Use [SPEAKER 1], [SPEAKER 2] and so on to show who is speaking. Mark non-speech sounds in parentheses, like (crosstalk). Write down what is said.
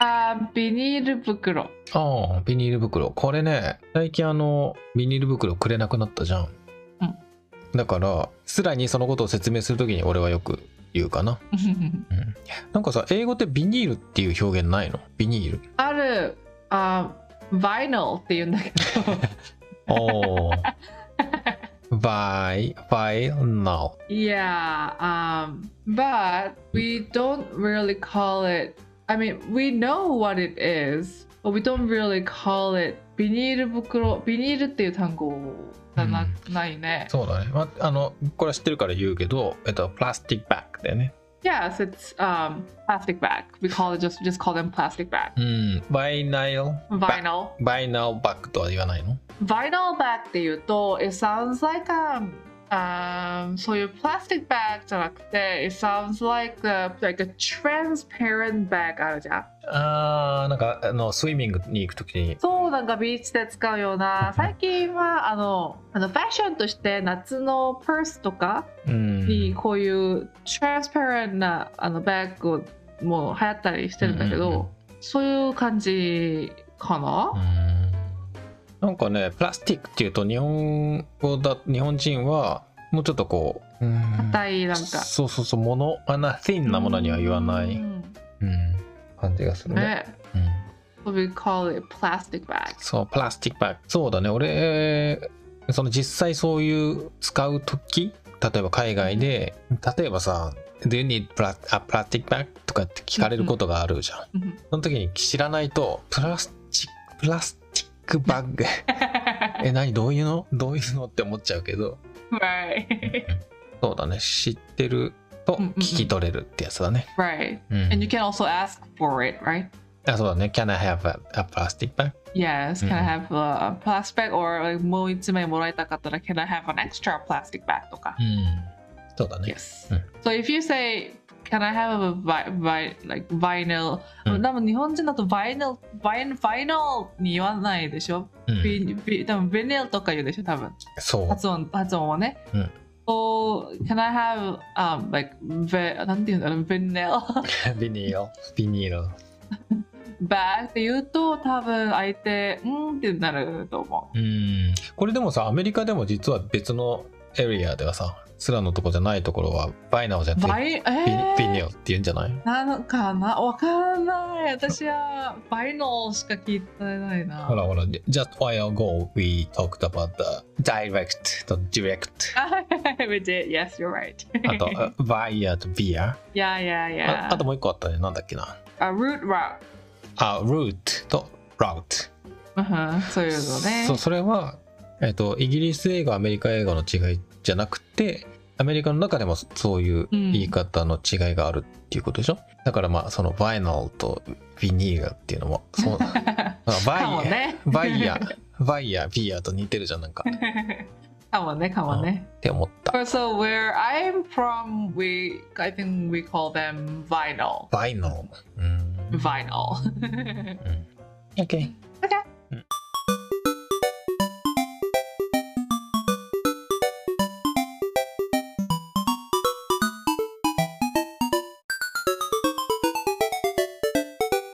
[SPEAKER 1] あービニール袋
[SPEAKER 2] ああ、ビニール袋。これね、最近あの、ビニール袋くれなくなったじゃん。
[SPEAKER 1] うん
[SPEAKER 2] だから、スラにそのことを説明するときに俺はよく言うかな。うん。なんかさ、英語ってビニールっていう表現ないのビニール。
[SPEAKER 1] あるあーバイナルって言うんだけど
[SPEAKER 2] お (laughs) ー。バイ、バイ、ナウ。
[SPEAKER 1] Yeah, um, but we don't really call it. I mean, we know what it is, but we don't really call it. ビニール袋、ビニールっていう単語がな,、ないね。
[SPEAKER 2] そうだね。まあ、の、これは知ってるから言うけど、えっと、プラスティックバッグだよね。
[SPEAKER 1] Yes, it's um plastic bag. We call it just just call them plastic bag.
[SPEAKER 2] うん。バイナイル、
[SPEAKER 1] Vinyl.
[SPEAKER 2] バイナウバッグとは言わないの
[SPEAKER 1] Vinyl bag っていうと、it sounds like um, um そういう plastic bag じゃなくて、it sounds like a, like a transparent bag あるじゃん。
[SPEAKER 2] あー、なんか、あの、スイミングに行くときに、
[SPEAKER 1] そうなんかビーチで使うような最近はあのあのファッションとして夏のパースとか
[SPEAKER 2] うん。
[SPEAKER 1] にこういうトランスパレントなあのバッグも流行ったりしてるんだけど、
[SPEAKER 2] うんうんうん
[SPEAKER 1] そういう感じか
[SPEAKER 2] う
[SPEAKER 1] な、
[SPEAKER 2] んなんかねプラスティックっていうと日本語だ日本人はもうちょっとこううん
[SPEAKER 1] 硬いなんか
[SPEAKER 2] そうそうそうものあな thin なものには言わな
[SPEAKER 1] う
[SPEAKER 2] い、うん
[SPEAKER 1] ん
[SPEAKER 2] 感じがするね、
[SPEAKER 1] ね
[SPEAKER 2] うん、
[SPEAKER 1] We call it plastic bag
[SPEAKER 2] そうプラスティックバッグそうだね俺その実際そういう使う時例えば海外で例えばさ「Do you need pla- a plastic bag?」とかって聞かれることがあるじゃん、
[SPEAKER 1] うん
[SPEAKER 2] その時に知らないとプラスチックプラスチックバッグえ何どういうのどういうのって思っちゃうけど
[SPEAKER 1] right
[SPEAKER 2] そうだね知ってると
[SPEAKER 1] うんうんうん
[SPEAKER 2] 聞き取れるってやつだね、
[SPEAKER 1] (laughs) right
[SPEAKER 2] うん
[SPEAKER 1] and you can also ask for it right
[SPEAKER 2] あそうだね Can I have a, a plastic bag?
[SPEAKER 1] Yes, can I have a, a plastic bag or like, もう一枚もらいたかったら Can I have an extra plastic bag とか
[SPEAKER 2] う。んそうだね、
[SPEAKER 1] Yes.
[SPEAKER 2] うん
[SPEAKER 1] So if you say Can I have a vi vi like vinyl、
[SPEAKER 2] うん
[SPEAKER 1] 多分日本人だと vinyl vin vinyl に言わないでしょ。
[SPEAKER 2] うん
[SPEAKER 1] ビビ多分 vinyl とか言うでしょ多分。
[SPEAKER 2] そう (laughs)
[SPEAKER 1] 発音発音はね。
[SPEAKER 2] うん
[SPEAKER 1] So can I have um like vi- なんていうんだろう vinyl
[SPEAKER 2] ビニールビニール
[SPEAKER 1] (laughs) bag って言うと多分相手うんってなると思う。
[SPEAKER 2] うんこれでもさアメリカでも実は別のエリアではさスラのとこじゃないところはバイナオじゃなくて
[SPEAKER 1] Vi-
[SPEAKER 2] ビニ
[SPEAKER 1] えー
[SPEAKER 2] ビニールって言うんじゃない
[SPEAKER 1] なのかなわからない。私はバイノーしか聞いてないな。 (laughs)
[SPEAKER 2] ほらほら、じ just a while ago we talked about the direct と direct
[SPEAKER 1] あ We did. Yes, you're right. (laughs)
[SPEAKER 2] あと uh, via と via
[SPEAKER 1] yeah, yeah,
[SPEAKER 2] あ
[SPEAKER 1] yeah.
[SPEAKER 2] あともう一個あったね、なんだっけな。
[SPEAKER 1] あ、root route.
[SPEAKER 2] あ、root と route。
[SPEAKER 1] うんふんそういうのね。
[SPEAKER 2] そう、それは、えっと、イギリス英語、アメリカ英語の違いじゃなくて、アメリカの中でもそういう
[SPEAKER 1] うん
[SPEAKER 2] 言い方の違いがあるっていうことでしょ、だからまあ、その vinyl と vinyl っていうのも、そ
[SPEAKER 1] (laughs)
[SPEAKER 2] う
[SPEAKER 1] かも
[SPEAKER 2] vinyl、
[SPEAKER 1] ね。
[SPEAKER 2] vinyl、vinyl、vinyl と似てるじゃん、なんか、っ
[SPEAKER 1] (laughs) かもね、かもね。
[SPEAKER 2] て思った。
[SPEAKER 1] So where I'm from, we I think we call them vinyl. (laughs)
[SPEAKER 2] vinyl。うん
[SPEAKER 1] Vinyl.
[SPEAKER 2] Okay.